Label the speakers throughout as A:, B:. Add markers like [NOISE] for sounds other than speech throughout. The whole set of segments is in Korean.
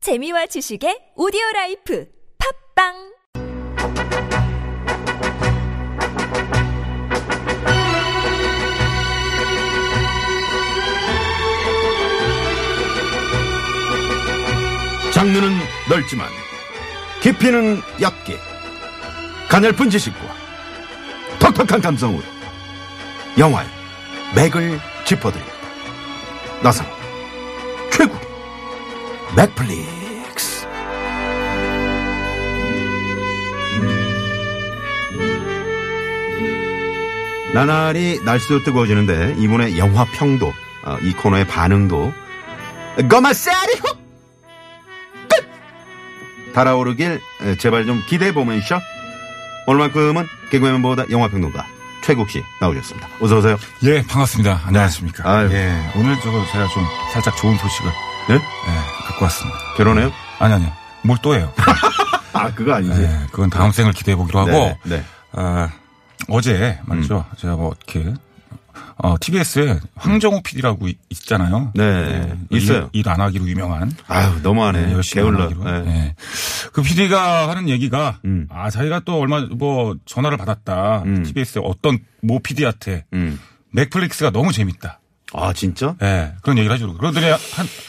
A: 재미와 지식의 오디오 라이프 팝빵
B: 장르는 넓지만 깊이는 얕게 가늘픈 지식과 톡톡한 감성으로 영화의 맥을 짚어드립니다. 나상 최고 맥플릭스 나날이 날씨도 뜨거워지는데 이번에 영화 평도 어, 이 코너의 반응도 거마세리 훅 달아오르길 에, 제발 좀 기대해 보면서 오늘만큼은 개그맨보다 영화평론가 최국 씨 나오셨습니다. 어서 오세요.
C: 예, 반갑습니다. 안녕하십니까.
B: 아유.
C: 예, 오늘 저거 제가 좀 살짝 좋은 소식을
B: 예?
C: 예, 갖고 왔습니다.
B: 결혼해요?
C: 아니, 아니요. 뭘
B: [LAUGHS]
C: 또 해요.
B: 아 그거 아니지.
C: 예, 그건 다음 생을 기대해 보기로 하고,
B: 네, 음. 네.
C: 아, 어제 말이죠. 제가 뭐 이렇게, 어, TBS에 황정호 PD라고 있잖아요.
B: 음.
C: 예,
B: 네, 있어요.
C: 일 안 하기로 유명한.
B: 아유
C: 네,
B: 너무하네.
C: 열심히
B: 게을러.
C: 하기로.
B: 네.
C: 예. 그 PD가 하는 얘기가
B: 음.
C: 아 자기가 또 얼마 뭐 전화를 받았다
B: 음.
C: TBS 어떤 모 PD한테
B: 음.
C: 넷플릭스가 너무 재밌다.
B: 아 진짜?
C: 예, 그런 얘기를 해주고. 그러더니 한-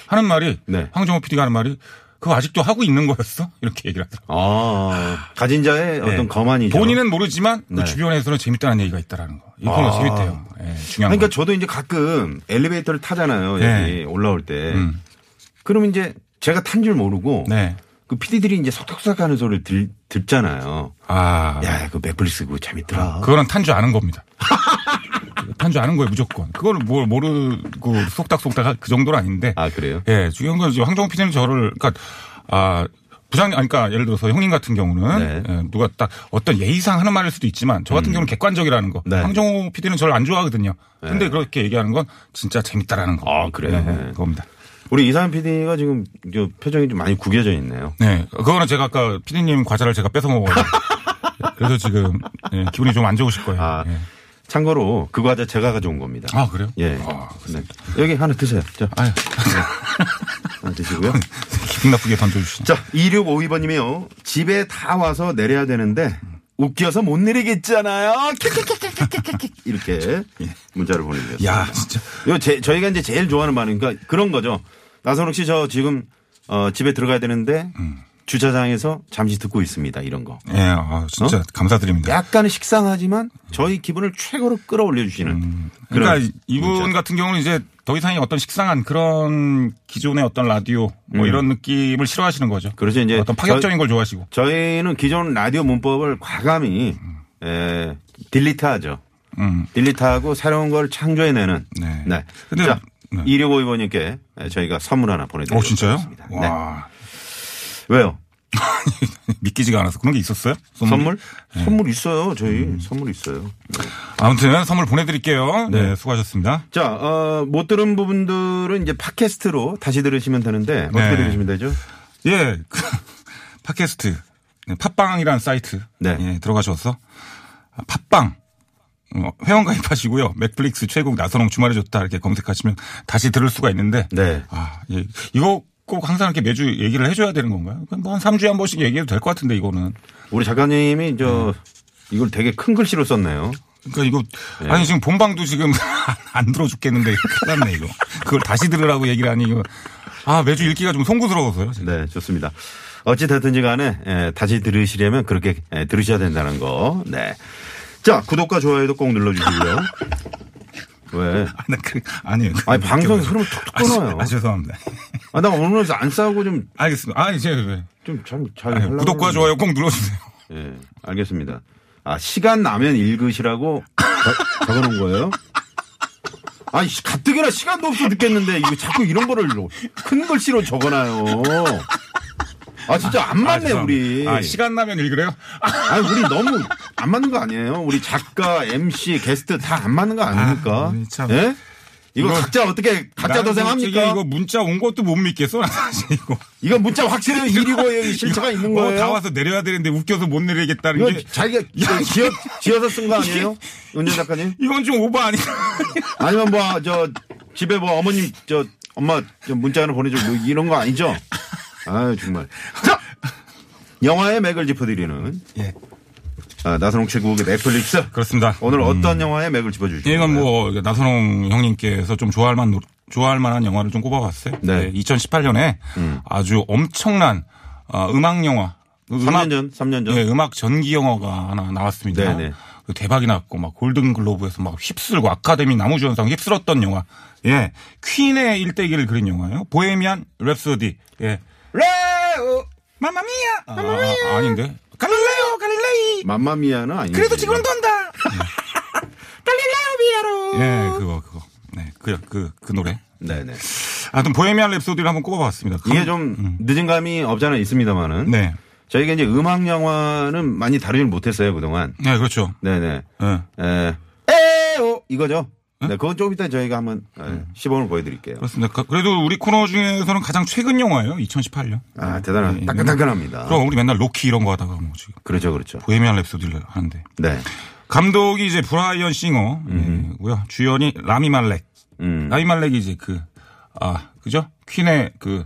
C: 하는 말이
B: 네.
C: 황정호 PD가 하는 말이 그거 아직도 하고 있는 거였어? [LAUGHS] 이렇게 얘기를 하더라고요.
B: 아 가진 자의 어떤
C: 네.
B: 거만이죠.
C: 본인은 모르지만 그
B: 네.
C: 주변에서는 재밌다는 얘기가 있다라는 거. 이거 아.
B: 아.
C: 재밌대요. 예, 중요한
B: 그러니까
C: 거.
B: 저도 이제 가끔 엘리베이터를 타잖아요. 여기
C: 네.
B: 올라올 때.
C: 음.
B: 그럼 이제 제가 탄 줄 모르고
C: 네.
B: 그 피디들이 이제 속닥속닥 하는 소리를 들, 듣잖아요.
C: 아.
B: 야, 그 맥플릭스 그거 재밌더라.
C: 그거는 탄 줄 아는 겁니다. [LAUGHS] 탄 줄 아는 거예요, 무조건. 그걸 뭘 모르고 속닥속닥 할- 그 정도는 아닌데.
B: 아, 그래요?
C: 예, 중요한 건 이제 황정호 PD는 저를, 그러니까, 아, 부장님, 아니, 그러니까 예를 들어서 형님 같은 경우는
B: 네. 음.
C: 예, 누가 딱 어떤 예의상 하는 말일 수도 있지만 저 같은 경우는 객관적이라는 거.
B: 네.
C: 황정호 PD는 저를 안 좋아하거든요. 근데 그렇게 얘기하는 건 진짜 재밌다라는 거.
B: 아, 그래요? 네.
C: 그겁니다.
B: 우리 이상현 PD가 지금 저 표정이 좀 많이 구겨져 있네요.
C: 네. 그거는 제가 아까 PD님 과자를 제가 뺏어 먹어요.
B: [LAUGHS]
C: 그래서 지금 예, 기분이 좀 안 좋으실 거예요.
B: 아,
C: 예.
B: 참고로 그 과자 제가 가져온 겁니다.
C: 아, 그래요?
B: 예.
C: 아,
B: 네. 여기 하나 드세요. 자, 네.
C: 아유. 예.
B: 하나 드시고요.
C: 기분 나쁘게 던져주시네.
B: 자, 2652번님이요. 집에 다 와서 내려야 되는데 웃겨서 못 내리겠잖아요. 이렇게 문자를 보내주셨어요.
C: 예. 야, 진짜.
B: 요 제- 저희가 이제 제일 좋아하는 말이니까 그런 거죠. 나선욱 씨 저 지금 어, 집에 들어가야 되는데
C: 음.
B: 주차장에서 잠시 듣고 있습니다. 이런 거.
C: 예, 아,
B: 어?
C: 진짜 감사드립니다.
B: 약간은 식상하지만 저희 기분을 최고로 끌어올려 주시는
C: 그러니까 이- 이분
B: 문자.
C: 같은 경우는 이제 더 이상의 어떤 식상한 그런 기존의 어떤 라디오 뭐 이런 느낌을 싫어하시는 거죠.
B: 음. 그렇죠. 이제
C: 어떤 파격적인 걸 좋아하시고.
B: 저희는 기존 라디오 문법을 과감히 에, 딜리트하죠.
C: 음.
B: 딜리트하고 새로운 걸 창조해내는.
C: 네.
B: 네.
C: 근데-
B: 자,
C: 네.
B: 2652번님께 저희가 선물 하나 보내드리겠습니다.
C: 어 진짜요?
B: 네.
C: 와 [LAUGHS]
B: 왜요?
C: 믿기지가 않아서 그런 게 있었어요? 선물이?
B: 선물?
C: 네.
B: 선물 있어요. 저희
C: 음.
B: 선물 있어요.
C: 아무튼 선물 보내드릴게요. 네, 수고하셨습니다.
B: 자, 어, 못 들은 부분들은 이제 팟캐스트로 다시 들으시면 되는데 어떻게
C: 네.
B: 들으시면 되죠?
C: 예, 그 [LAUGHS] 팟캐스트 네, 팟빵이라는 사이트
B: 네.
C: 예, 들어가셔서 아, 팟빵 어, 회원 가입하시고요. 맥플릭스 최국 나선홍 주말에 좋다 이렇게 검색하시면 다시 들을 수가 있는데
B: 네.
C: 아, 예. 이거 꼭 항상 이렇게 매주 얘기를 해줘야 되는 건가요? 그러니까 뭐한 3주에 한 번씩 얘기해도 될 것 같은데, 이거는.
B: 우리 작가님이 저
C: 네.
B: 이걸 되게 큰 글씨로 썼네요.
C: 그러니까 이거,
B: 네.
C: 아니, 지금 본방도 지금 [LAUGHS] 안 들어 죽겠는데, 큰일 났네, 이거. 그걸 다시 들으라고 얘기를 하니, 이거. 아, 매주 읽기가 좀 송구스러워서요. 지금.
B: 네, 좋습니다. 어찌됐든지 간에 에, 다시 들으시려면 그렇게 에, 들으셔야 된다는 거. 네. 자, 구독과 좋아요도 꼭
C: [LAUGHS]
B: 눌러주시고요. 왜?
C: 아, 나 그, 아니에요.
B: 아니, 방송 흐름 툭툭
C: 아,
B: 끊어요.
C: 아, 죄송합니다. [LAUGHS]
B: 아, 나 오늘서 안 싸우고 좀,
C: 알겠습니다. 아, 이제, 왜.
B: 좀 잘, 잘.
C: 아니,
B: 하려고
C: 구독과
B: 그러는데.
C: 좋아요 꼭 눌러주세요.
B: 예, 알겠습니다. 아, 시간 나면 읽으시라고 적- 적어놓은 거예요? 아니, 씨, 가뜩이나 시간도 없어 듣겠는데, 이거 자꾸 이런 거를 큰 글씨로 적어놔요. 아, 진짜 안 맞네,
C: 죄송합니다.
B: 우리.
C: 아, 시간 나면 읽으래요?
B: 아니 우리 너무 안 맞는 거 아니에요? 우리 작가, MC, 게스트 다 안 맞는 거 아닙니까?
C: 아, 우리 참.
B: 예? 이거
C: 이거-
B: 각자 어떻게 각자
C: 나는 솔직히
B: 도생합니까?
C: 이거
B: 이거,
C: 문자 온 것도 못 믿겠어, 나 사실 이거.
B: 문자 확실히 [LAUGHS] 일이고요, 이 실체가 있는
C: 어,
B: 거예요.
C: 다 와서 내려야 되는데 웃겨서 못 내리겠다는
B: 이거
C: 게
B: 자기가 지어, 지어서 쓴 거 아니에요? 은재 작가님?
C: 이건 좀 오버 아니야? [LAUGHS]
B: 아니면 뭐 저 집에 뭐 어머님 저 엄마 저 문자 하나 보내줘 뭐 이런 거 아니죠? 아 정말. 자! 영화의 맥을 짚어드리는
C: 예.
B: 아, 나선홍 최국의 넷플릭스.
C: 그렇습니다.
B: 오늘 어떤 영화의 맥을 짚어주시죠?
C: 음. 이건 뭐 나선홍 형님께서 좀 좋아할 만 좋아할 만한 영화를 좀 꼽아봤어요. 예,
B: 네. 음.
C: 2018년에 아주 엄청난 아, 음악 영화.
B: 3년 전, 3년 전.
C: 예, 음악 전기 영화가 하나 나왔습니다.
B: 네네.
C: 그 대박이 났고 막 골든 글로브에서 막 휩쓸고 아카데미 나무주연상 휩쓸었던 영화. 예, 퀸의 일대기를 그린 영화예요. 보헤미안 랩소디. 예, 레오 마마미아. 아, 아닌데. 갈릴레오 갈릴레이.
B: 맘마미아는 아니에요.
C: 돈다. 달릴레오 비아로. 예, 그거 그거. 네, 그 그, 그 노래.
B: 네네.
C: 하여튼 보헤미안 랩소디를 한번 꼽아봤습니다. 그
B: 이게 좀 늦은 감이 없잖아 있습니다만은.
C: 음. 네,
B: 저희가 이제 음악 영화는 많이 다루질 못했어요 그동안.
C: 네 그렇죠.
B: 네네.
C: 예.
B: 에, 에오 이거죠. 네, 그건 조금 이따 저희가 한번 예, 시범을 보여드릴게요.
C: 그렇습니다. 가- 그래도 우리 코너 중에서는 가장 최근 영화예요. 2018년.
B: 아 대단한 따끈따끈합니다.
C: 예, 그럼 우리 맨날 로키 이런 거 하다가 뭐 지금
B: 그렇죠, 그렇죠.
C: 보헤미안 랩소디를 하는데
B: 네.
C: 감독이 이제 브라이언 싱어고요. 주연이 라미 말렉.
B: 음.
C: 라미 말렉이 이제 그 아 그죠? 퀸의 그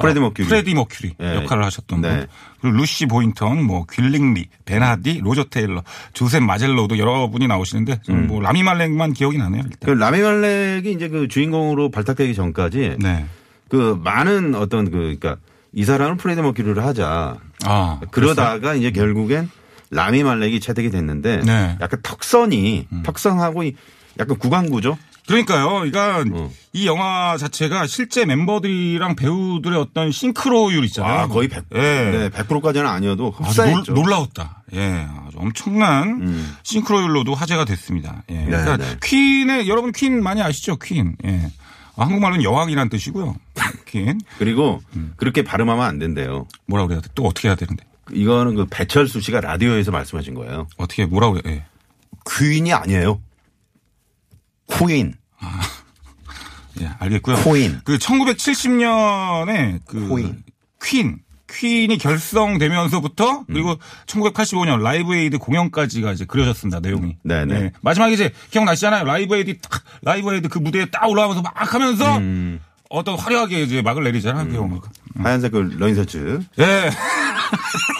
B: 프레디
C: 아,
B: 머큐리.
C: 프레디 머큐리
B: 예.
C: 역할을 하셨던
B: 네.
C: 분. 그리고 루시 보인턴, 뭐 귤링리, 베나디, 로저 테일러, 조셉 마젤로도 여러 분이 나오시는데
B: 음.
C: 저는 뭐 라미 말렉만 기억이 나네요.
B: 그
C: 일단.
B: 라미말렉이 이제 그 주인공으로 발탁되기 전까지
C: 네.
B: 그 많은 어떤 그 그러니까 이 사람은 프레드 머큐리를 하자.
C: 아
B: 그러다가 이제 결국엔 라미말렉이 채택이 됐는데
C: 네. 음.
B: 약간 턱선이 턱선하고 이- 약간 구강구죠.
C: 그러니까요. 그러니까
B: 어.
C: 이 영화 자체가 실제 멤버들이랑 배우들의 어떤 싱크로율 있잖아요.
B: 아, 거의 100,
C: 예.
B: 네, 100%까지는 아니어도
C: 아주
B: 흡사했죠. 음.
C: 놀, 라웠다 예. 아주 엄청난 싱크로율로도 화제가 됐습니다. 예. 그러니까
B: 네.
C: 퀸의 여러분 퀸 많이 아시죠? 퀸. 예. 아, 한국말로는 여왕이란 뜻이고요. 퀸.
B: 그리고 그렇게 발음하면 안 된대요.
C: 뭐라 그래야 돼? 또 어떻게 해야 되는데?
B: 이거는 그 배철수 씨가 라디오에서 말씀하신 거예요.
C: 어떻게 뭐라 그래? 예.
B: 귀인이 아니에요. 코인.
C: 예, 알겠고요.
B: 코인.
C: 그 1970년에 그
B: 코인.
C: 퀸 퀸이
B: 음.
C: 결성되면서부터 그리고 1985년 라이브 에이드 공연까지가 이제 그려졌습니다. 내용이.
B: 네네.
C: 예, 마지막에 이제 기억나시잖아요. 라이브 에이드 딱 라이브 에이드 그 무대에 딱 올라가면서 막 하면서
B: 음.
C: 어떤 화려하게 이제 막을 내리잖아요. 그 영화가.
B: 하얀색 그 러닝셔츠.
C: 예. [LAUGHS]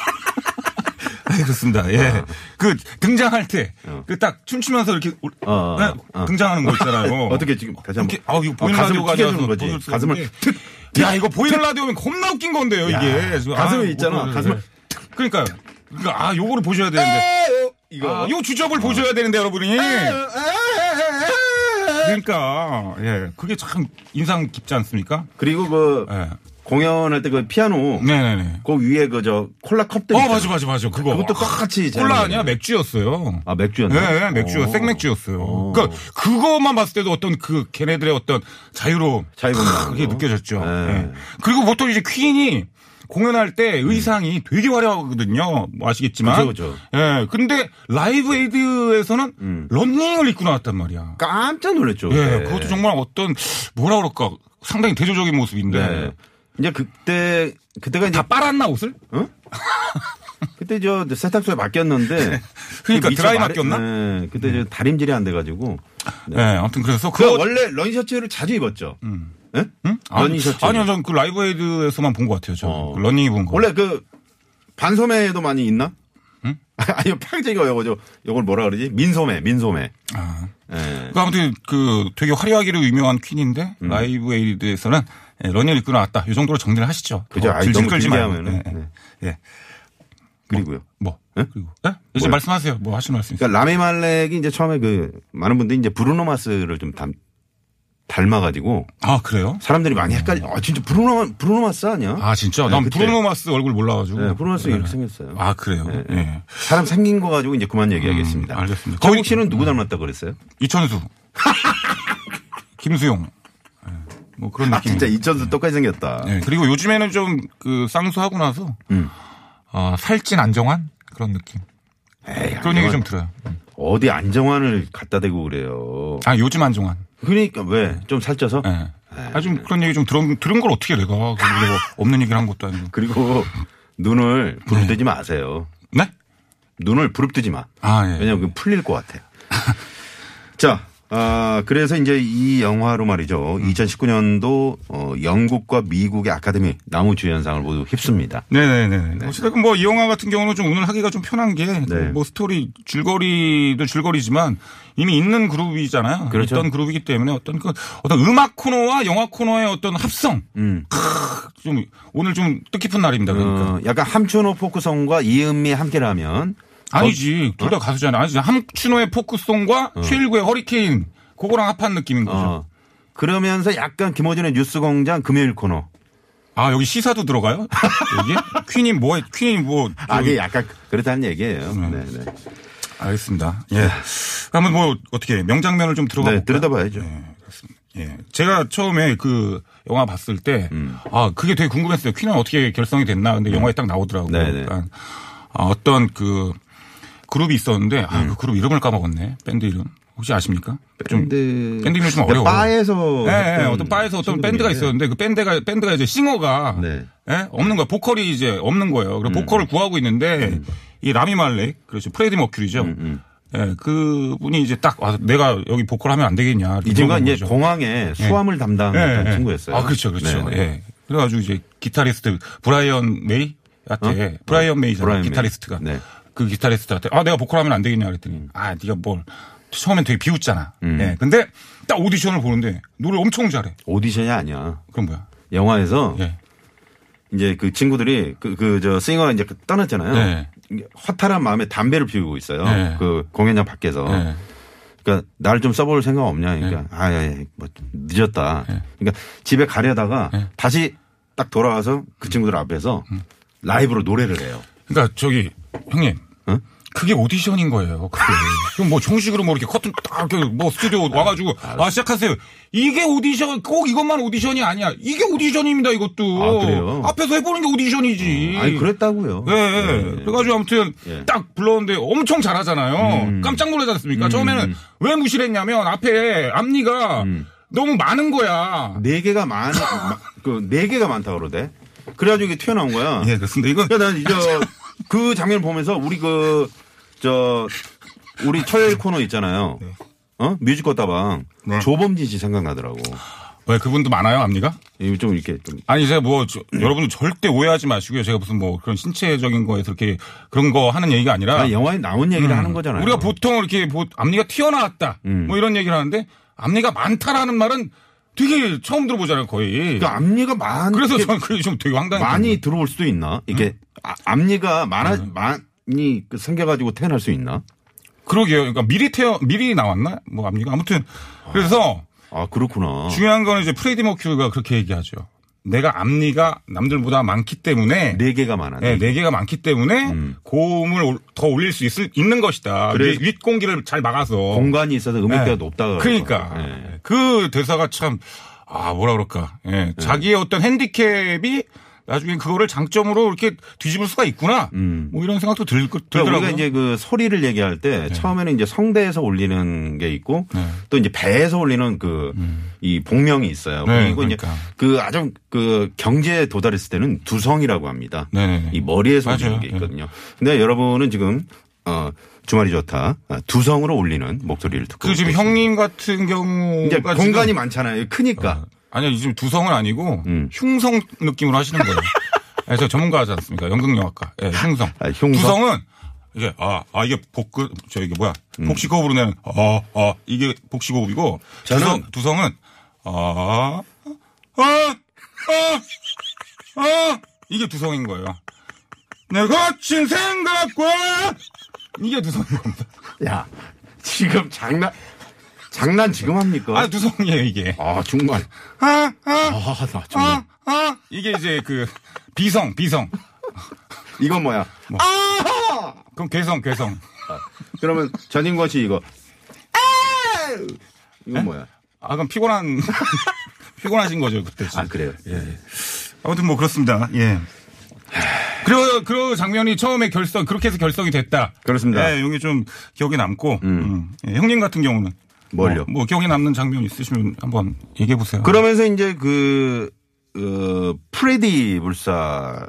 C: 네, 그렇습니다. 예.
B: 어.
C: 그 등장할 때, 그 딱 춤추면서 이렇게 올-
B: 어, 어,
C: 네,
B: 어.
C: 등장하는 거 있잖아요.
B: [LAUGHS] 어떻게 지금 다시 한번. 어,
C: 이렇게, 아우, 이거 보이는
B: 가슴을
C: 라디오가
B: 튀겨주는
C: 아니라서
B: 거지.
C: 보여줄 수가
B: 가슴을
C: 없는데.
B: 툭,
C: 야, 이거 보이는 라디오면 겁나 웃긴 건데요, 이게. 지금,
B: 가슴에
C: 아,
B: 있잖아,
C: 뭐, 뭐,
B: 가슴에.
C: 네. 그러니까요. 그러니까, 아, 요거를 보셔야 되는데.
B: 어, 이거. 어.
C: 아, 요 주접을 보셔야 되는데, 여러분이. 그러니까, 예. 그게 참 인상 깊지 않습니까?
B: 그리고 그
C: 예.
B: 공연할 때 그 피아노.
C: 네네네.
B: 그 위에 그 저 콜라 컵들.
C: 어,
B: 있잖아.
C: 맞아, 맞아, 맞아. 그거.
B: 그것도
C: 아,
B: 똑같이.
C: 콜라
B: 재밌는
C: 아니야?
B: 거예요.
C: 맥주였어요.
B: 아, 맥주였나? 어.
C: 네, 맥주요.
B: 오.
C: 생맥주였어요. 그러니까 그것만 봤을 때도 어떤 그 걔네들의 어떤 자유로움,
B: 자유분방.
C: 그게 느껴졌죠.
B: 네.
C: 네. 그리고 보통 이제 퀸이 공연할 때 의상이 되게 화려하거든요. 뭐 아시겠지만.
B: 음. 그죠, 음. 그죠.
C: 예. 근데 라이브 에이드에서는 런닝을 입고 나왔단 말이야.
B: 깜짝 놀랐죠.
C: 예.
B: 그때.
C: 그것도 정말 어떤 뭐라 그럴까 상당히 대조적인 모습인데.
B: 네. 이제 그때 그때가 이제
C: 다 빨았나 옷을?
B: 그때 저 세탁소에 맡겼는데
C: [LAUGHS] 그러니까
B: 그 미처
C: 드라이
B: 말이-
C: 맡겼나?
B: 네. 그때 저 다림질이 안 돼가지고
C: 예. 아무튼 그래서
B: 그
C: 그거 음.
B: 원래 러닝셔츠를 자주 입었죠. 예?
C: 아니,
B: 러닝셔츠.
C: 아니요, 전 그 라이브 에이드에서만 본 것 같아요. 저
B: 어.
C: 런닝 입은 거.
B: 원래 그 반소매도 많이 있나? [LAUGHS] 아니요 팡제가 요거죠. 요걸 뭐라 그러지? 민소매, 민소매.
C: 아.
B: 예.
C: 그 아무튼 그 되게 화려하기로 유명한 퀸인데
B: 음.
C: 라이브 에이드에서는 예, 런닝을 입고 나왔다. 이 정도로 정리를 하시죠.
B: 그죠.
C: 더
B: 아이,
C: 질질
B: 너무
C: 끌지
B: 길게
C: 어, 말고.
B: 하면은. 네.
C: 예, 예. 예.
B: 그리고요.
C: 뭐
B: 예?
C: 그리고 예? 이제
B: 뭐요?
C: 말씀하세요. 뭐 하실 말씀 있어요?
B: 그러니까 라메말렉이 이제 처음에 그 많은 분들이 이제 브루노마스를 좀 닮, 닮아가지고
C: 아 그래요?
B: 사람들이 많이 헷갈려. 아 진짜 브루노 브루노마스 아니야?
C: 아 진짜?
B: 네,
C: 난
B: 그때.
C: 브루노 마스 얼굴 몰라가지고.
B: 네, 브루노마스 네, 이렇게
C: 예.
B: 생겼어요.
C: 아 그래요. 예.
B: 사람 생긴 거 가지고 이제 그만 얘기하겠습니다.
C: 음, 알겠습니다.
B: 정국
C: 거기-
B: 씨는 누구 닮았다 고 그랬어요? [LAUGHS]
C: 이천수, 김수용. 예. 뭐 그런
B: 아
C: 느낌.
B: 진짜 이천수 똑같이 생겼다.
C: 예, 그리고 요즘에는 좀 그 쌍수하고 나서
B: 음.
C: 어, 살찐 안정환 그런 느낌.
B: 에이,
C: 그런 얘기 좀
B: 안정환.
C: 들어요. 음.
B: 어디 안정환을 갖다 대고 그래요.
C: 아 요즘 안정환.
B: 그러니까 왜 좀 살쪄서
C: 예. 아,
B: 네.
C: 좀 그런 얘기 좀 들은, 들은 걸 어떻게 내가. 그리고 내가
B: 아.
C: 없는 얘기를 한 것도 아니고.
B: 그리고 눈을 부릅뜨지 마세요.
C: 네?
B: 눈을 부릅뜨지 마.
C: 아, 예.
B: 왜냐면 그 풀릴 것 같아. [LAUGHS] 자, 아, 그래서 이제 이 영화로 말이죠.
C: 음.
B: 2019년도 어, 영국과 미국의 아카데미 나무주연상을 모두 휩습니다.
C: 네네네. 어쨌든 뭐 이 영화 같은 경우는 좀 오늘 하기가 좀 편한 게 뭐
B: 네.
C: 스토리 줄거리도 줄거리지만 이미 있는 그룹이잖아요.
B: 그렇죠.
C: 있던 그룹이기 때문에 어떤 그 어떤 음악 코너와 영화 코너의 어떤 합성.
B: 음.
C: 크, 좀 오늘 좀 뜻깊은 날입니다. 그러니까.
B: 어, 약간 함춘호 포크송과 이은미 함께라면
C: 아니지. 둘 다
B: 어?
C: 가수잖아. 아니지. 함춘호의 포크송과 최일구의 허리케인. 그거랑 합한 느낌인 거죠.
B: 어, 그러면서 약간 김호준의 뉴스공장 금요일 코너.
C: 아, 여기 시사도 들어가요? [LAUGHS] 여기? 퀸이 뭐, 해? 퀸이 뭐.
B: 아,
C: 저기-
B: 이게 약간 그렇다는 얘기예요. 네, 네.
C: 뭐 알겠습니다. 예. 한번 뭐, 어떻게, 명장면을 좀 들어가
B: 네,
C: 볼까요?
B: 들여다봐야죠.
C: 예, 그렇습니다. 예. 제가 처음에 그 영화 봤을 때, 아, 그게 되게 궁금했어요. 퀸은 어떻게 결성이 됐나. 근데 영화에 딱 나오더라고요.
B: 음. 네, 네.
C: 그러니까 아, 어떤 그 그룹이 있었는데, 아, 그 그룹 이름을 까먹었네. 밴드 이름. 혹시 아십니까? 좀
B: 음. 밴드
C: 밴드 이름이 좀 어려워.
B: 바에서
C: 예, 예,
B: 했던
C: 어떤 바에서 어떤
B: 친구들인데.
C: 밴드가 있었는데 그 밴드가 밴드가 이제 싱어가
B: 네. 음.
C: 예? 없는 거야. 보컬이 이제 없는 거예요. 그래서 보컬을 구하고 있는데 이 라미 말렉 그렇죠. 프레디 머큐리죠.
B: 음,
C: 예, 그 분이 이제 딱 와서 내가 여기 보컬 하면 안 되겠냐. 이렇게
B: 이 친구가
C: 물어본
B: 이제
C: 거죠.
B: 공항에 수화물 담당했던
C: 예, 예.
B: 친구였어요.
C: 아, 그렇죠. 그렇죠.
B: 네, 네.
C: 예. 그래가지고 이제 기타리스트 브라이언 메이? 한테 브라이언 메이잖아.
B: 어? 브라이언 메이.
C: 기타리스트가.
B: 네. 음.
C: 그 기타리스트한테 아, 내가 보컬 하면 안 되겠냐 그랬더니 아, 네가 뭘 처음엔 되게 비웃잖아. 예. 근데 딱 오디션을 보는데 노래 엄청 잘해.
B: 오디션이 아니야.
C: 그럼 뭐야?
B: 영화에서
C: 예.
B: 이제 그 친구들이 그 그 저 싱어가 이제 떠났잖아요.
C: 네.
B: 허탈한 마음에 담배를 피우고 있어요.
C: 네.
B: 그 공연장 밖에서.
C: 예.
B: 그러니까 나를 좀 써볼 생각 없냐. 그러니까 아, 예, 예, 뭐 늦었다.
C: 예.
B: 그러니까 집에 가려다가 다시 딱 돌아와서 그 친구들 앞에서
C: 음.
B: 라이브로 노래를 해요.
C: 그러니까 저기 형님. 그게 오디션인 거예요. 그게. 그럼 뭐 정식으로 뭐 이렇게 커튼 딱뭐 스튜디오 와가지고 아 시작하세요. 이게 오디션 꼭 이것만 오디션이 아니야. 이게 오디션입니다. 이것도
B: 아, 그래요? 음,
C: 앞에서 해보는 게 오디션이지.
B: 아니 그랬다고요.
C: 예, 예. 그래가지고 아무튼
B: 예.
C: 딱 불렀는데 엄청 잘하잖아요. 깜짝 놀라지 않습니까? 처음에는 왜 무시했냐면 앞에 앞니가 너무 많은 거야.
B: 네 개가 많, 그네 개가 많다 그러대. 그래가지고 이게 튀어나온 거야.
C: 예, 그렇습니다. 이건
B: 그러니까 난 이제 그 장면을 보면서 우리 그, 저, 우리 철 코너 있잖아요. 어? 뮤지컬 다방.
C: 네.
B: 조범진 씨 생각나더라고.
C: 왜 그분도 많아요 앞니가?
B: 이거 좀 이렇게 좀.
C: 아니 제가 뭐 저- 여러분들 절대 오해하지 마시고요. 제가 무슨 뭐 그런 신체적인 거에서 이렇게 그런 거 하는 얘기가 아니라 음.
B: 아, 영화에 나온 얘기를 하는 거잖아요. 음.
C: 우리가 보통 이렇게 보- 앞니가 튀어나왔다 뭐 이런 얘기를 하는데 앞니가 많다라는 말은 되게 처음 들어보잖아요 거의.
B: 그러니까 앞니가 많,
C: 그래서
B: 이렇게
C: 저는 음. 그게 좀 되게 황당해.
B: 많이 들어올 수도 있나? 이게 아, 앞니가 많아,
C: 음.
B: 많이 그 생겨가지고 태어날 수 있나?
C: 그러게요. 그러니까 미리 태어 미리 나왔나? 뭐 앞니가 아무튼 그래서
B: 아, 그렇구나.
C: 중요한 거는 이제 프레디 머큐리가 그렇게 얘기하죠. 내가 앞니가 남들보다 많기 때문에
B: 네 개가 많아.
C: 네, 네 개가 많기 때문에 고음을 올- 더 올릴 수 있을, 있는 것이다.
B: 그래.
C: 윗- 윗공기를 잘 막아서.
B: 공간이 있어서 음역대가
C: 네.
B: 높다가.
C: 그러니까.
B: 네.
C: 그 대사가 참, 아, 뭐라 그럴까. 예.
B: 네.
C: 자기의 어떤 핸디캡이 나중에 그거를 장점으로 이렇게 뒤집을 수가 있구나. 뭐 이런 생각도 들,
B: 음. 그러니까
C: 들더라고요. 네.
B: 우리가 이제 그 소리를 얘기할 때 처음에는 이제 성대에서 올리는 게 있고 또 이제 배에서 올리는 그 이 복명이 있어요.
C: 음. 네,
B: 그리고 이제
C: 그러니까.
B: 그 아주 그 경제에 도달했을 때는 두성이라고 합니다.
C: 네네네.
B: 이 머리에서
C: 맞아요.
B: 올리는 게 있거든요. 근데 여러분은 지금 어 주말이 좋다 아, 두성으로 올리는 목소리를 듣고
C: 그 지금
B: 있습니다.
C: 형님 같은 경우가
B: 이제
C: 지금-
B: 공간이 많잖아요. 크니까
C: 아니요, 지금 두성은 아니고
B: 음.
C: 흉성 느낌으로
B: [LAUGHS]
C: 하시는 거예요. 예, 저 전문가지 않습니까? 연극영화과. 예, 흉성.
B: 아, 흉성?
C: 두성은 이게 아, 아 이게 복근 저 이게 뭐야?
B: 음.
C: 복식호흡으로 내는 아, 아 이게 복식호흡이고
B: 저는-
C: 두성 두성은 아, 아, 아, 아 이게 두성인 거예요. 내 거친 생각과 이게 두성인 겁니다.
B: 야 지금 장난 장난 지금 합니까?
C: 아, 두성이에요 이게.
B: 아 정말
C: 아, 아,
B: 아나 정말
C: 아, 아 이게 이제 그 비성 비성.
B: 이건 뭐야?
C: 그럼 괴성, 괴성.
B: 그러면 전인권 씨 이거. 아우! 이건 뭐야?
C: 아, 그럼 피곤한, [LAUGHS] 피곤하신 거죠, 그때.
B: 아, 그래요.
C: 아무튼 뭐 그렇습니다. 예. 그리고 그 장면이 처음에 결성, 그렇게 해서 결성이 됐다.
B: 그렇습니다.
C: 예, 이게 좀 기억에 남고, 음. 예, 형님 같은 경우는.
B: 뭘요?
C: 뭐, 뭐 기억에 남는 장면 있으시면 한번 얘기해 보세요.
B: 어, 그러면서 이제 그, 어, 프레디 불사,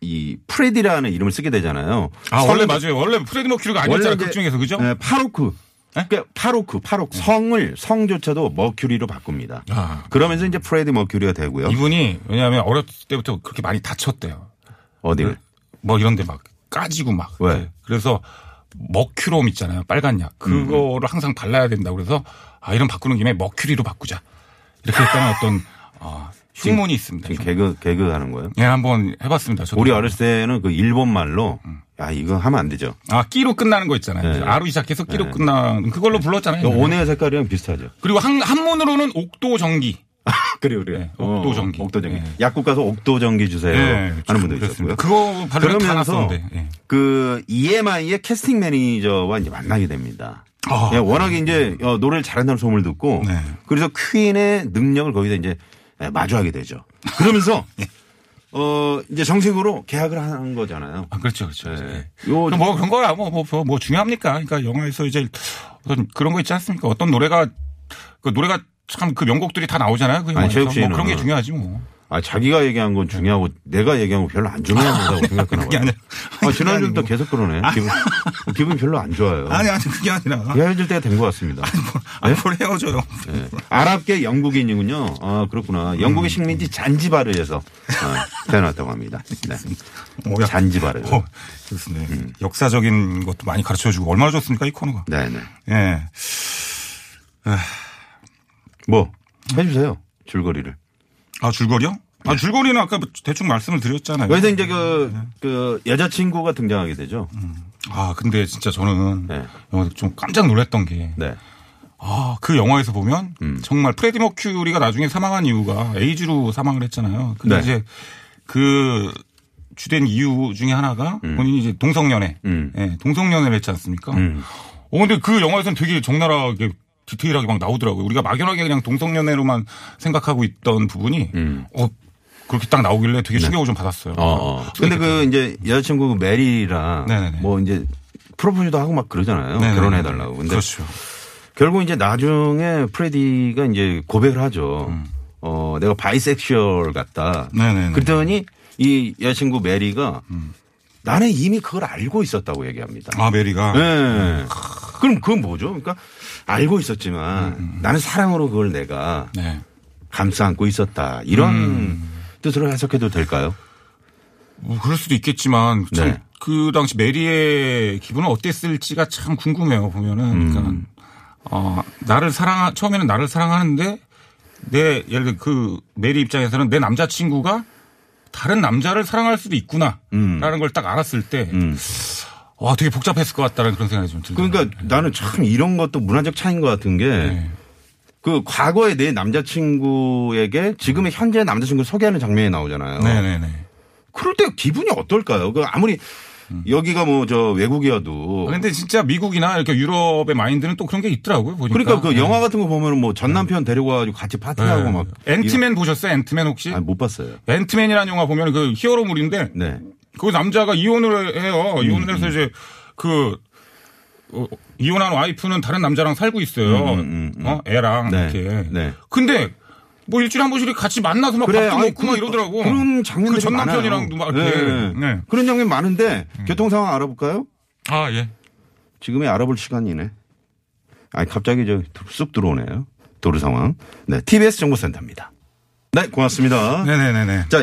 B: 이 프레디라는 이름을 쓰게 되잖아요.
C: 아,
B: 성대-
C: 원래 맞아요. 원래 프레디 머큐리가 아니었잖아요. 극 중에서, 그죠?
B: 네, 파로크. 그러니까 파로크, 파로크 성을 성조차도 머큐리로 바꿉니다.
C: 아.
B: 그러면서 이제 프레디 머큐리가 되고요.
C: 이분이 왜냐하면 어렸을 때부터 그렇게 많이 다쳤대요.
B: 어디를?
C: 뭐 이런데 막 까지고 막. 네.
B: 왜?
C: 그래서 머큐롬 있잖아요. 빨간 약.
B: 음,
C: 그거를 항상 발라야 된다. 그래서 아 이런 바꾸는 김에 머큐리로 바꾸자. 이렇게 했다는 어떤 어, 흉문이 있습니다.
B: 지금
C: 흉-
B: 개그 개그 하는 거예요?
C: 예, 한번 해봤습니다. 저도.
B: 우리 어렸을 때는 그 일본 말로 야 이거 하면 안 되죠.
C: 아 끼로 끝나는 거 있잖아요.
B: 네.
C: 아로 시작해서 끼로 끝나는 그걸로 불렀잖아요.
B: 이거 온의 색깔이랑 비슷하죠.
C: 그리고 한, 한문으로는 옥도정기.
B: [LAUGHS] 그래요, 그래요.
C: 네, 옥도전기.
B: 옥도전기.
C: 네.
B: 약국 가서 옥도전기 주세요 네. 하는 분도
C: 그렇습니다.
B: 있었고요.
C: 그거 발음이 다
B: 그러면서
C: 났었는데. 예.
B: 그 EMI의 캐스팅 매니저와 이제 만나게 됩니다.
C: 아.
B: 예, 워낙에 이제 어, 노래를 잘한다는 소문을 듣고
C: 네.
B: 그래서 퀸의 능력을 거기다 이제 예, 마주하게 되죠.
C: [LAUGHS]
B: 그러면서
C: 예.
B: 어 이제 정식으로 계약을 한 거잖아요.
C: 아, 그렇죠, 그렇죠. 예.
B: 요-
C: 그럼 뭐 그런 거야, 뭐, 뭐, 뭐, 뭐 중요합니까? 그러니까 영화에서 이제 어떤 그런 거 있지 않습니까? 어떤 노래가, 그 노래가 참 그 명곡들이 다 나오잖아요. 그 영화에서.
B: 최욱 씨는
C: 뭐 그런 게 중요하지 뭐.
B: 아 자기가 얘기한 건 중요하고 내가 얘기한 건 별로 안 중요한 거라고 생각하나
C: 그게
B: 봐요.
C: 아니라.
B: 아, 지난주부터 계속 그러네. 기분, 기분 별로 안 좋아요.
C: 아니, 아니, 그게 아니라.
B: 헤어질 때가 된 것 같습니다. 예?
C: 아니, 뭐, 뭘 헤어져요.
B: 네. 아랍계 영국인이군요. 아 그렇구나.
C: 음.
B: 영국의 식민지 잔지바르에서 어, 태어났다고 합니다. 네.
C: 어, 야.
B: 잔지바르. 음.
C: 어, 그렇습니다. 역사적인 것도 많이 가르쳐 주고 얼마나 좋습니까, 이 코너가.
B: 네네.
C: 예.
B: 뭐 해주세요 줄거리를.
C: 아, 줄거리요? 아, 줄거리는 아까 뭐 대충 말씀을 드렸잖아요.
B: 예. 여기서 이제 그, 그 여자친구가 등장하게 되죠.
C: 아, 근데 진짜 저는
B: 네.
C: 영화에서 좀 깜짝 놀랐던 게
B: 네.
C: 아, 그 영화에서 보면
B: 음.
C: 정말 프레디 머큐리가 나중에 사망한 이유가 에이즈로 사망을 했잖아요. 근데
B: 네.
C: 이제 그 주된 이유 중에 하나가 본인이 이제 동성연애,
B: 음.
C: 예, 동성연애를 했지 않습니까? 어, 근데 그 영화에서는 되게 적나라하게 디테일하게 막 나오더라고요. 우리가 막연하게 그냥 동성연애로만 생각하고 있던 부분이 어, 그렇게 딱 나오길래 되게 충격을 좀 받았어요.
B: 음. 네. 어. 근데 그 이제 여자친구 메리랑
C: 네네네.
B: 뭐 이제 프로포즈도 하고 막 그러잖아요.
C: 네네네.
B: 결혼해달라고. 근데
C: 그렇죠.
B: 결국 이제 나중에 프레디가 이제 고백을 하죠. 어, 내가 바이섹슈얼 같다.
C: 음. 네네네. 음.
B: 그랬더니 이 여자친구 메리가 나는 이미 그걸 알고 있었다고 얘기합니다.
C: 아, 메리가.
B: 예. 그럼 그건 뭐죠? 그러니까 알고 있었지만
C: 음,
B: 나는 사랑으로 그걸 내가
C: 네.
B: 감싸 안고 있었다. 이런
C: 음.
B: 뜻으로 해석해도 될까요?
C: 뭐 그럴 수도 있겠지만 참
B: 네.
C: 그 당시 메리의 기분은 어땠을지가 참 궁금해요 보면은
B: 음.
C: 그러니까 어 나를 사랑 처음에는 나를 사랑하는데 내 예를 들어 그 메리 입장에서는 내 남자친구가 다른 남자를 사랑할 수도 있구나라는
B: 음.
C: 걸 딱 알았을 때 와, 되게 복잡했을 것 같다라는 그런 생각이 좀 들어요.
B: 그러니까 나는 참 이런 것도 문화적 차이인 것 같은 게
C: 네.
B: 그 과거에 내 남자친구에게 지금의 현재 남자친구를 소개하는 장면이 나오잖아요.
C: 네네네.
B: 그럴 때 기분이 어떨까요? 그 아무리
C: 음.
B: 여기가 뭐 저 외국이어도
C: 아, 근데 진짜 미국이나 이렇게 유럽의 마인드는 또 그런 게 있더라고요. 보니까.
B: 그러니까 그
C: 네.
B: 영화 같은 거 보면 뭐 전 남편 데리고 와가지고 같이 파티하고
C: 네.
B: 막
C: 앤트맨 보셨어요? 앤트맨 혹시?
B: 이런- 아니, 못 봤어요.
C: 앤트맨이라는 영화 보면 그 히어로물인데
B: 네.
C: 거기 그 남자가 이혼을 해요.
B: 음,
C: 이혼을 해서 이제 그 어, 이혼한 와이프는 다른 남자랑 살고 있어요.
B: 음,
C: 어? 애랑
B: 네.
C: 이렇게.
B: 네.
C: 근데 뭐 일주일에 한 번씩 같이 만나서 막 어, 밥도
B: 아니,
C: 먹고 막 이러더라고.
B: 그런 장면들이
C: 그전 남편이랑도 막
B: 많아요.
C: 이렇게.
B: 네.
C: 네. 음.
B: 그런 장면 많은데 교통 상황 알아볼까요?
C: 아 예.
B: 지금의 알아볼 시간이네. 아니 갑자기 저쑥 들어오네요. 도로 상황. 네, TBS 정보센터입니다. 네, 고맙습니다.
C: 네네네네.
B: 자,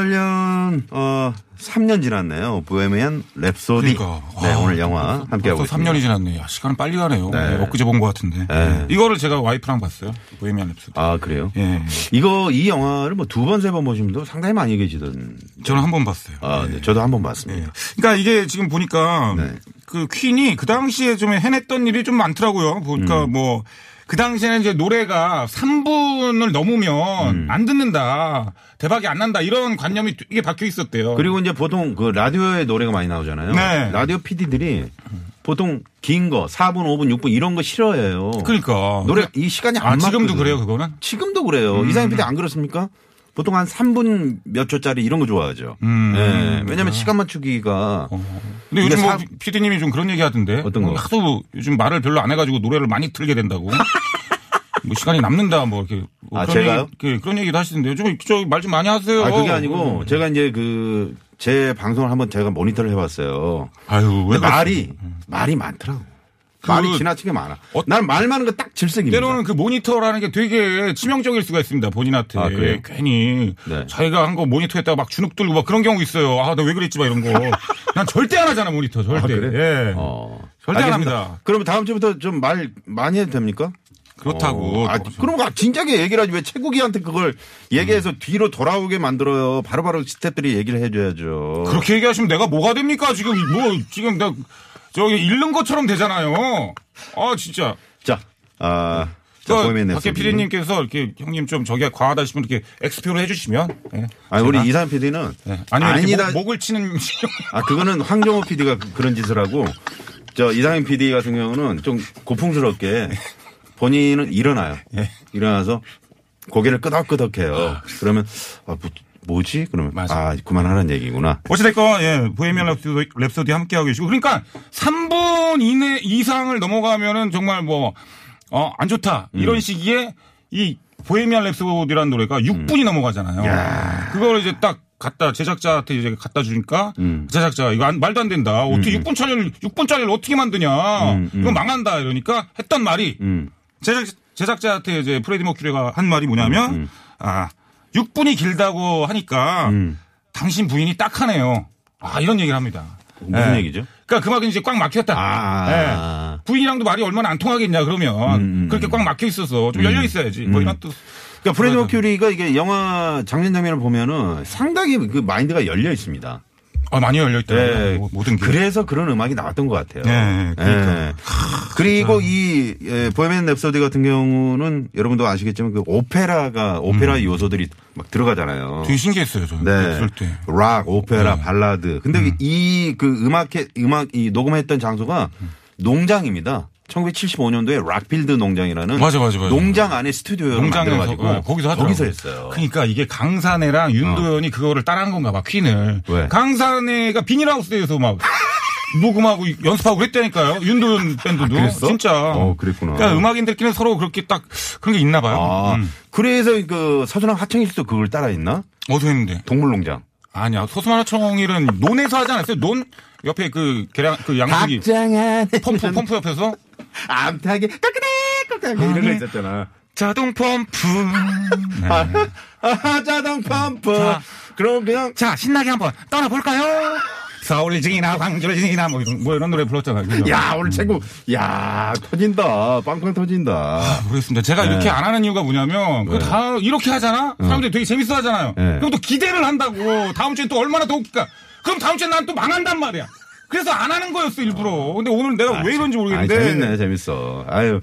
B: 2018년 어 3년 지났네요. 보헤미안 랩소디.
C: 그러니까.
B: 네,
C: 와,
B: 오늘 영화 함께 하고
C: 벌써
B: 있습니다.
C: 3년이 지났네. 야, 시간은 빨리 가네요.
B: 네.
C: 네, 엊그제 본 것 같은데.
B: 네.
C: 이거를 제가 와이프랑 봤어요. 보헤미안 랩소디.
B: 아, 그래요?
C: 예.
B: 이거 이 영화를 뭐 두 번 세 번 보신 분도 상당히 많이 계시던.
C: 저는 한 번 봤어요.
B: 아, 네. 저도 한 번
C: 예.
B: 봤습니다.
C: 그러니까 이게 지금 보니까
B: 네.
C: 그 퀸이 그 당시에 좀 해냈던 일이 좀 많더라고요. 보니까
B: 음.
C: 뭐 그 당시에는 이제 노래가 3분을 넘으면
B: 음.
C: 안 듣는다. 대박이 안 난다. 이런 관념이 이게 박혀 있었대요.
B: 그리고 이제 보통 그 라디오에 노래가 많이 나오잖아요.
C: 네.
B: 라디오 PD들이 보통 긴 거, 4분, 5분, 6분 이런 거 싫어해요.
C: 그러니까
B: 노래 이 시간이
C: 아,
B: 안
C: 지금도
B: 맞거든요.
C: 그래요, 그거는? 음.
B: 지금도 그래요. 이상민 PD 안 그렇습니까? 보통 한 3분 몇 초짜리 이런 거 좋아하죠.
C: 음.
B: 예. 왜냐면 시간 맞추기가
C: 근데 요즘 뭐
B: 이게 사-
C: PD님이 좀 그런 얘기 하던데.
B: 어떤 거?
C: 하도 요즘 말을 별로 안 해가지고 노래를 많이
B: [LAUGHS]
C: 틀게 된다고. 뭐 시간이 남는다 뭐 이렇게 뭐
B: 아,
C: 그런
B: 제가요?
C: 얘기, 그- 그런 얘기도 하시던데요. 좀저말 좀 많이 하세요.
B: 아, 그게 아니고 제가 이제 그 제 방송을 한번 제가 모니터를 해봤어요.
C: 아유 왜 음.
B: 근데 말이 말이 많더라고. 말이 지나치게 많아.
C: 어-
B: 난 말 많은 거 딱 질색입니다.
C: 때로는 그 모니터라는 게 되게 치명적일 수가 있습니다. 본인한테
B: 아, 그래요?
C: 괜히
B: 네.
C: 자기가 한 거 모니터에다가 막 주눅 들고 막 그런 경우 있어요. 아, 나 왜 그랬지 막 이런
B: [LAUGHS]
C: 거. 난 절대 안 하잖아 모니터 절대.
B: 아, 그래?
C: 예.
B: 어.
C: 절대 안
B: 알겠습니다.
C: 합니다.
B: 그럼 다음 주부터 좀 말 많이 해도 됩니까?
C: 그렇다고.
B: 어, 아,
C: 또-
B: 그럼 아, 진작에 얘기를 하지 왜 최국이한테 그걸 얘기해서
C: 음.
B: 뒤로 돌아오게 만들어요. 바로바로 스태프들이 얘기를 해줘야죠.
C: 그렇게 얘기하시면 내가 뭐가 됩니까? 지금 뭐 지금 나 저기 잃는 것처럼 되잖아요. 아 진짜.
B: 자, 아, 자,
C: 저
B: 보헤미안
C: 박해
B: 랩소디.
C: PD님께서 이렇게 형님 좀 저게 과하다 싶으면 이렇게 엑스표로 해주시면. 예.
B: 아니,
C: 제가.
B: 우리 이산 PD는
C: 예. 아니면 이렇게
B: 아니다.
C: 목, 을 치는. [LAUGHS]
B: 아, 그거는 황정호 PD가 그런 짓을 하고 저 이상현 PD 같은 경우는 좀
C: [LAUGHS]
B: 고풍스럽게 본인은 일어나요.
C: 예.
B: 일어나서 고개를 끄덕끄덕해요. 그러면 아, 뭐, 지 그러면
C: 맞아.
B: 아, 그만하라는 얘기구나.
C: 어찌됐건 예, 보헤미안 랩소디, 랩소디 함께 하고 계시고 그러니까 3분 이내 이상을 넘어가면은 정말 뭐, 뭐어안 좋다 이런 시기에 이 보헤미안 랩소디라는 노래가 6분이 넘어가잖아요. 그걸 이제 딱 갖다 제작자한테 이제 갖다 주니까 제작자가 이거 안- 말도 안 된다. 어떻게 6분짜리를 6분짜리를 어떻게 만드냐? 이거 망한다 이러니까 했던 말이 제작 제작자한테 이제 프레디 머큐리가 한 말이 뭐냐면 아 6분이 길다고 하니까
B: 음.
C: 당신 부인이 딱하네요. 아 이런 얘기를 합니다.
B: 무슨
C: 예.
B: 얘기죠?
C: 그러니까 그만큼 이제 꽉 막혔다.
B: 아. 음,
C: 예. 부인이랑도 말이 얼마나 안 통하겠냐 그러면 그렇게 꽉 막혀 있어서 좀 열려 있어야지. 뭐 이런 또
B: 그러니까 프레디 머큐리가 이게 영화 장면 장면을 보면은 상당히 그 마인드가 열려 있습니다.
C: 아, 많이 열려 있다. 뭐
B: 예.
C: 모든 게.
B: 그래서 그런 음악이 나왔던 것 같아요.
C: 예, 그러니까.
B: 그리고이 예, 보헤미안 랩소디 같은 경우는 여러분도 아시겠지만 그 오페라가 오페라
C: 음.
B: 요소들이 막 들어가잖아요.
C: 되게 신기했어요. 저는
B: 네.
C: 그랬을 때. 네. 음.
B: 락, 오페라, 발라드. 근데 이 그 음악 음악 이 녹음했던 장소가 농장입니다. 1975년도에 락필드 농장이라는
C: 맞아, 맞아, 맞아.
B: 농장 안에 스튜디오를
C: 농장에서
B: 만들어가지고
C: 어, 거기서 하죠.
B: 거기서 했어요. 어.
C: 그러니까 이게 강산해랑 윤도현이 그거를 따라한 건가 봐 퀸을.
B: 왜?
C: 강산해가 비닐하우스에서 막 녹음하고 연습하고 그랬다니까요. 윤도현 밴드도
B: 그랬어?
C: 진짜.
B: 어, 그랬구나.
C: 그러니까 음악인들끼리는 서로 그렇게 딱 그런 게 있나 봐요.
B: 아,
C: 음.
B: 그래서 그 서준왕 하청일도 그걸 따라했나?
C: 어디서 했는데?
B: 동물농장.
C: 아니야 소수만화 청일은 논에서 하지 않았어요. 논 옆에 그 계량 그 양식이
B: 박장한
C: 펌프 펌프 옆에서
B: 암탉이 깍깍깍깍 이런
C: 네.
B: 거 있었잖아.
C: 자동 펌프. 네.
B: 아, 자동 펌프.
C: 자.
B: 그럼 그냥
C: 자 신나게 한번 떠나볼까요? 서울 증이나 광주 증이나 뭐 이런, 뭐 이런 노래 불렀잖아요. 그죠?
B: 야 오늘 최고. 야 터진다. 빵빵
C: 아,
B: 터진다.
C: 모르겠습니다. 제가
B: 네.
C: 이렇게 안 하는 이유가 뭐냐면 그 다 이렇게 하잖아. 사람들이 되게 재밌어 하잖아요.
B: 네.
C: 그럼 또 기대를 한다고 다음 주엔 또 얼마나 더 웃길까. 그럼 다음 주엔 난 또 망한단 말이야. 그래서 안 하는 거였어 일부러. 근데 오늘 내가 아, 왜 이런지 모르겠는데.
B: 아니, 재밌네 재밌어. 아유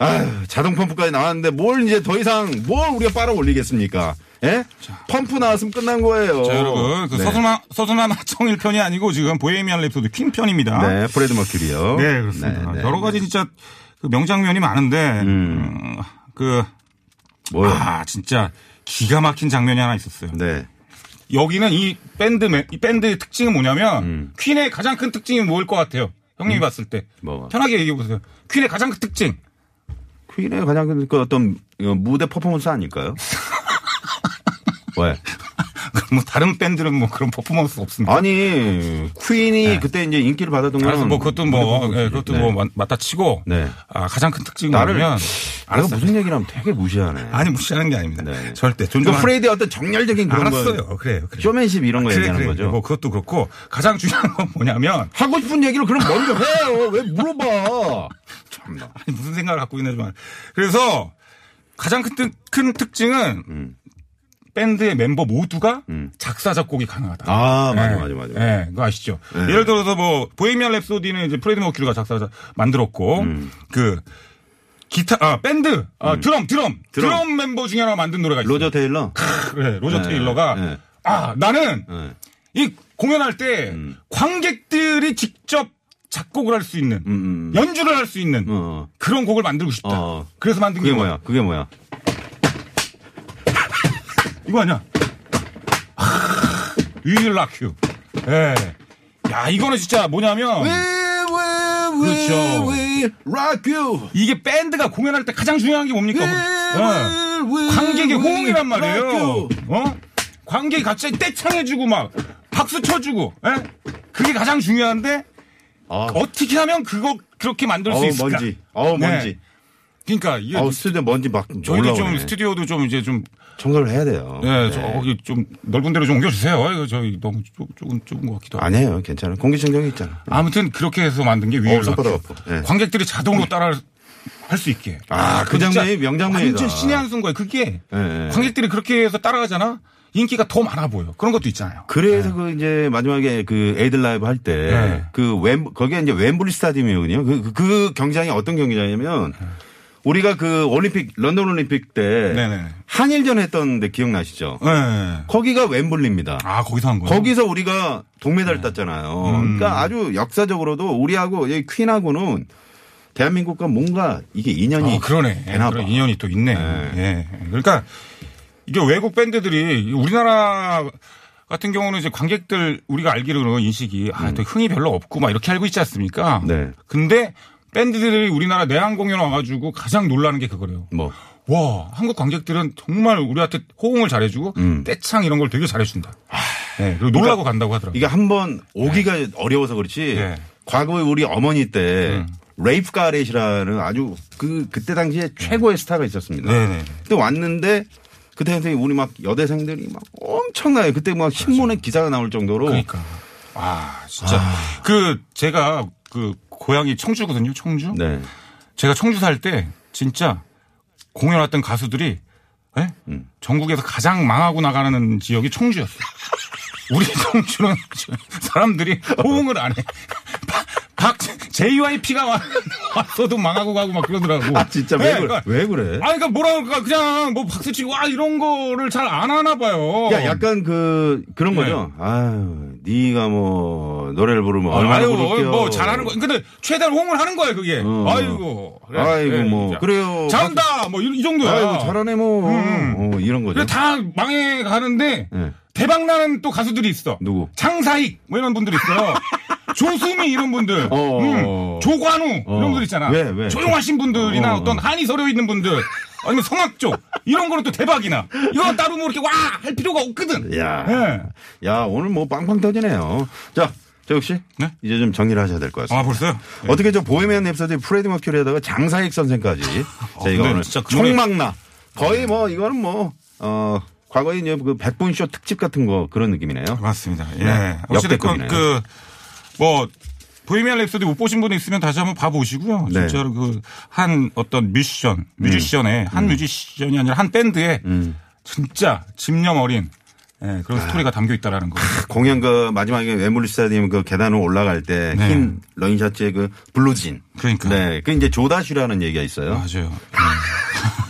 B: 아유 자동 펌프까지 나왔는데 뭘 이제 더 이상 뭘 우리가 빨아올리겠습니까? 예? 펌프 나왔으면 끝난 거예요.
C: 자 여러분 그
B: 네.
C: 서수마 서수마 마청일 편이 아니고 지금 보헤미안 랩소드 퀸 편입니다.
B: 네 프레드 머큐리요.
C: 네, 그렇습니다.
B: 네, 네.
C: 여러 가지 진짜 그 명장면이 많은데 음, 그
B: 뭐요?
C: 아, 진짜 기가 막힌 장면이 하나 있었어요.
B: 네.
C: 여기는 이 밴드 맨- 이 밴드의 특징은 뭐냐면 퀸의 가장 큰 특징이 뭘 것 같아요? 형님이 봤을 때
B: 음. 뭐?
C: 편하게 얘기해 보세요. 퀸의 가장 큰 특징 [LAUGHS]
B: 퀸의 가장 그 어떤 어, 무대 퍼포먼스
C: [LAUGHS]
B: 아닐까요? 왜?
C: 뭐 다른 밴드는 뭐 그런 퍼포먼스 없습니다.
B: 아니 퀸이 아, 그때 이제 인기를 받았던 거는
C: 네. 알았어, 뭐 그것도 뭐
B: 무대
C: 예, 그것도
B: 네.
C: 뭐 맞- 맞다 치고
B: 네.
C: 아, 가장 큰 특징은
B: 나를-
C: 뭐냐면
B: 내가
C: 알았어.
B: 무슨 얘기를 하면 되게 무시하네.
C: 아니 무시하는 게 아닙니다.
B: 네.
C: 절대
B: 그
C: 존중.
B: 프레이드의 어떤 정열적인 그런
C: 알았어요.
B: 거.
C: 그래요. 그래요.
B: 쇼맨십 이런 거 얘기하는 거죠.
C: 뭐 그것도 그렇고 가장 중요한 건 뭐냐면
B: 하고 싶은 얘기를 그럼 먼저 해요. 왜 물어봐? 참나.
C: [LAUGHS] 아니, 무슨 생각을 갖고 있는지 말. 그래서 가장 큰, 특- 큰 특징은
B: 음.
C: 밴드의 멤버 모두가 작사 작곡이 가능하다.
B: 아 맞아
C: 예.
B: 맞아 맞아.
C: 예, 그거 아시죠? 예를 들어서 뭐 보헤미안 랩소디는 이제 프레디 머큐리가 작사 자- 만들었고
B: 음.
C: 그 기타 아 밴드 아 드럼 드럼
B: 드럼.
C: 드럼 멤버 중에 하나 만든 노래가 있어요.
B: 로저 테일러.
C: 그래, 로저
B: 네,
C: 테일러가
B: 네.
C: 아 나는
B: 네.
C: 이 공연할 때
B: 음.
C: 관객들이 직접 작곡을 할 수 있는 연주를 할 수 있는
B: 음, 어.
C: 그런 곡을 만들고 싶다.
B: 어.
C: 그래서 만든
B: 그게
C: 게
B: 뭐야? 그게 뭐야?
C: 이거 아니야? 아, 위일라큐. 예. 야 이거는 진짜 뭐냐면 그렇죠.
B: rock you.
C: 이게 밴드가 공연할 때 가장 중요한 게 뭡니까? 예.
B: 네.
C: 관객의 호응이란 말이에요. 어? 관객이 갑자기 떼창해주고 막 박수 쳐주고, 예? 그게 가장 중요한데
B: 아.
C: 어떻게 하면 그거 그렇게 만들 수
B: 어우,
C: 있을까?
B: 먼지. 어우,
C: 네.
B: 먼지.
C: 그러니까 이게
B: 아우, 스튜디오 먼지 막
C: 저희도
B: 올라오네.
C: 좀 스튜디오도 좀 이제 좀
B: 청소를 해야 돼요.
C: 예,
B: 네.
C: 저기 좀 넓은 데로 좀 옮겨주세요. 이거 저희 너무 좁- 좁은 좁은 것 같기도 하고.
B: 아니에요. 괜찮아요. 공기청정기 있잖아.
C: 아무튼 그렇게 해서 만든 게 위에
B: 어, 손바닥 아파. 예.
C: 관객들이 자동으로 따라 할 수 있게.
B: 아, 그
C: 진짜
B: 장면이 명장면이다.
C: 완전 신의 한 순간 그게
B: 예, 예.
C: 관객들이 그렇게 해서 따라가잖아. 인기가 더 많아 보여. 그런 것도 있잖아요.
B: 그래서 그 이제 마지막에 그 에이들 라이브 할 때
C: 네.
B: 그 웬 거기에 이제 웸블리 스타디움이거든요. 그, 그, 그 경장이 어떤 경기장이냐면 우리가 그 올림픽 런던 올림픽 때
C: 네. 네네.
B: 한일전 했던데 기억나시죠?
C: 예, 예.
B: 거기가 웸블리입니다.
C: 아 네. 거기서 한 거예요.
B: 거기서 우리가 동메달 땄잖아요.
C: 음.
B: 그러니까 아주 역사적으로 우리하고 이 퀸하고는 대한민국과 뭔가 이게 인연이
C: 아, 그러네.
B: 되나 봐.
C: 그런 인연이 또 있네. 예. 그러니까 이게 외국 밴드들이 우리나라 같은 경우는 이제 관객들 우리가 알기로는 인식이 아, 또 흥이 별로 없고 막 이렇게 알고 있지 않습니까?
B: 음. 네.
C: 근데 밴드들이 우리나라 내한 공연 와가지고 가장 놀라는 게 그거래요.
B: 뭐
C: 와, 한국 관객들은 정말 우리한테 호응을 잘해주고
B: 음.
C: 떼창 이런 걸 되게 잘해준다. 예, 그리고 놀라고 간다고
B: 아.
C: 하더라고요.
B: 그러니까 이게 한 번 오기가 어려워서 그렇지.
C: 네. 음.
B: 과거에 우리 어머니 때 레이프 가렛이라는 아주 그 그때 당시에 최고의 스타가 있었습니다.
C: 네. 네네.
B: 그때 왔는데 그때 당시 우리 막 여대생들이 막 엄청나요. 그때 막 신문에 기사가 나올 정도로
C: 그러니까. 아, 진짜. 그 제가 그 고향이 청주거든요. 청주.
B: 네.
C: 제가 청주 살 때 진짜 공연 왔던 가수들이 예?
B: 음.
C: 전국에서 가장 망하고 나가는 지역이 청주였어요. 우리 [LAUGHS] 청주는 사람들이 호응을 안 해. 박- 박 JYP가 와- 왔어도 망하고 가고 막 그러더라고.
B: 아 진짜 왜
C: 예,
B: 그래?
C: 그러니까-
B: 왜 그래?
C: 아니 그러니까 뭐라 그럴까 그냥 뭐 박수 치고 아 이런 거를 잘 안 하나 봐요.
B: 야, 약간 그 그런
C: 어. 네.
B: 거죠. 아유, 네가 뭐 노래를 부르면 얼마나
C: 아유
B: 부를게요.
C: 뭐 잘하는 거. 근데 최대한 호응을 하는 거예요 그게.
B: 어.
C: 아이고. 그래.
B: 아이고,
C: 예,
B: 뭐.
C: 자,
B: 그래요.
C: 잘한다. 뭐 이, 이 정도야.
B: 아이고 잘하네 뭐 어, 이런 거죠.
C: 그래 다 망해 가는데
B: 네.
C: 대박 나는 또 가수들이 있어.
B: 누구?
C: 장사익 뭐 이런 분들
B: [LAUGHS]
C: 있어요. 조수미 이런 분들,
B: 어.
C: 음, 조관우
B: 어.
C: 이런 분들 있잖아.
B: 왜, 왜?
C: 조용하신 분들이나
B: 어, 어.
C: 어, 떤 한이 서려 있는 분들, 아니면 성악 쪽 이런 거는 또 대박이나. 이거 따로 뭐 이렇게 와 할 필요가 없거든.
B: 야,
C: 예.
B: 야 오늘 뭐 빵빵 터지네요. 자, 재욱 씨,
C: 네?
B: 이제 좀 정리를 하셔야 될 것 같습니다.
C: 아 벌써요? 예.
B: 어떻게 저 보헤미안 랩소디 프레디 머큐리에다가 장사익
C: [LAUGHS]
B: 선생까지 저희가
C: 근데
B: 오늘
C: 진짜 네. 그 노래-
B: 총망라 거의 뭐 이거는 뭐 어, 과거에 이제 그 백분 쇼 특집 같은 거 그런 느낌이네요.
C: 맞습니다. 예.
B: 네.
C: 어찌됐건
B: 역대급이네요.
C: 그, 뭐, 보이미안 랩소디 못 보신 분 있으면 다시 한번 봐보시고요.
B: 네.
C: 진짜로 그 한 어떤 뮤지션, 뮤지션의
B: 음.
C: 한 뮤지션이 아니라 한 밴드의 진짜 집념 어린 예,
B: 아.
C: 그런 스토리가 담겨
B: [LAUGHS]
C: 있다라는 거.
B: 공연 그 마지막에 웨물리 스타디움 그 계단으로 올라갈 때 흰
C: 네.
B: 러닝셔츠의 그 블루진.
C: 그러니까.
B: 네. 그 이제 조다슈라는 얘기가 있어요.
C: 맞아요. 음. [LAUGHS]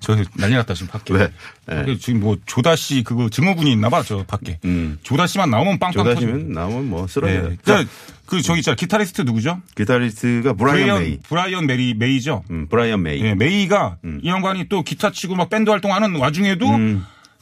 C: 저 난리 났다 지금 밖에.
B: 왜? 네.
C: 밖에 지금 뭐 조다 씨 그거 증오군이 있나 봐 저 밖에. 조다 씨만 나오면 빵빵 터지고.
B: 음. 조다시면 나오면 뭐 쓰러져요.
C: 예.
B: 자,
C: 그, 그 저기 있잖아 기타리스트 누구죠?
B: 기타리스트가 브라이언 메이.
C: 브라이언 메리 메이죠.
B: 음, 브라이언 메이.
C: 예, 메이가
B: 음.
C: 이 양반이 또 기타 치고 막 밴드 활동하는 와중에도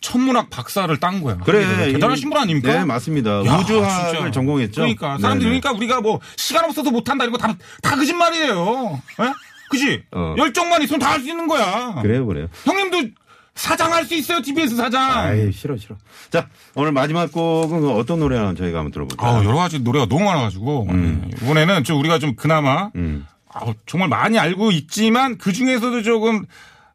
C: 천문학 박사를 딴 거야.
B: 그래. 예.
C: 대단하신 분 아닙니까?
B: 네, 맞습니다.
C: 야,
B: 우주학을
C: 진짜.
B: 전공했죠.
C: 그러니까 사람들이
B: 네네.
C: 그러니까 우리가 뭐 시간 없어서 못 한다 이런 거 다 다 거짓말이에요. 예? 그지?
B: 어.
C: 열정만 있으면 다 할 수 있는 거야.
B: 그래요, 그래요.
C: 형님도 사장 할 수 있어요. TBS 사장.
B: 아이, 싫어, 싫어. 자, 오늘 마지막 곡은 그 어떤 노래나 저희가 한번 들어볼까요?
C: 아우, 여러 가지 노래가 너무 많아가지고
B: 음.
C: 예, 이번에는 좀 우리가 좀 그나마 아우, 정말 많이 알고 있지만 그 중에서도 조금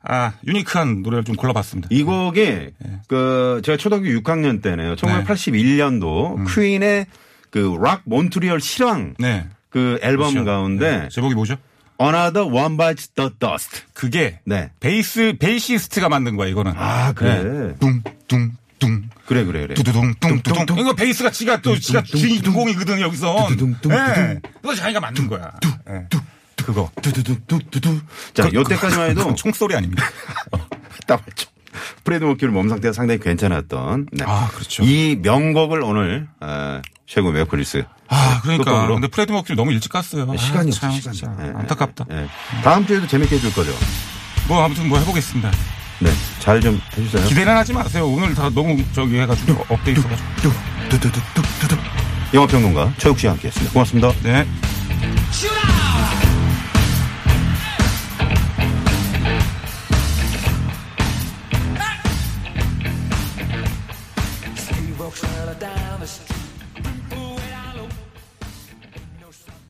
C: 아, 유니크한 노래를 좀 골라봤습니다.
B: 이 곡이 그 제가 초등학교 6학년 때네요. 1981년도 퀸의 그 락 몬트리올 실황
C: 네.
B: 그 앨범
C: 그렇죠.
B: 가운데
C: 네. 제목이 뭐죠?
B: Another One Bites the Dust.
C: 그게
B: 네.
C: 베이스 베이시스트가 만든 거야 이거는. 네.
B: 아, 그래.
C: 둥둥둥
B: 그래 그래 그래.
C: 두두둥 둥둥둥. 이거 베이스가 지가 또 지가 주인공이거든 여기서. 예. 그거 자기가 만든 거야. 예. 그거.
B: 두두두두두두. 자,
C: 그-
B: 요때까지만 해도
C: 그건 총소리
B: [LAUGHS]
C: 아닙니까?
B: 따발총. 프레드 머큐리 몸 상태가 상당히 괜찮았던. 네.
C: 아, 그렇죠.
B: 이 명곡을 오늘 어, 최고 메이크리스
C: 아 그러니까.
B: 끝곡으로.
C: 근데 프레드 머큐리 너무 일찍 갔어요. 아,
B: 네, 시간이 없어
C: 참,
B: 시간이.
C: 진짜
B: 예,
C: 안타깝다.
B: 예. 다음 주에도 재밌게 해줄 거죠.
C: 뭐 아무튼 뭐 해보겠습니다.
B: 네, 잘 좀 해주세요.
C: 기대는 하지 마세요. 오늘 다 너무 저기 해가지고 업데이트가.
B: 영화평론가 최욱 씨와 함께했습니다. 고맙습니다.
C: 네.
D: 지훈아!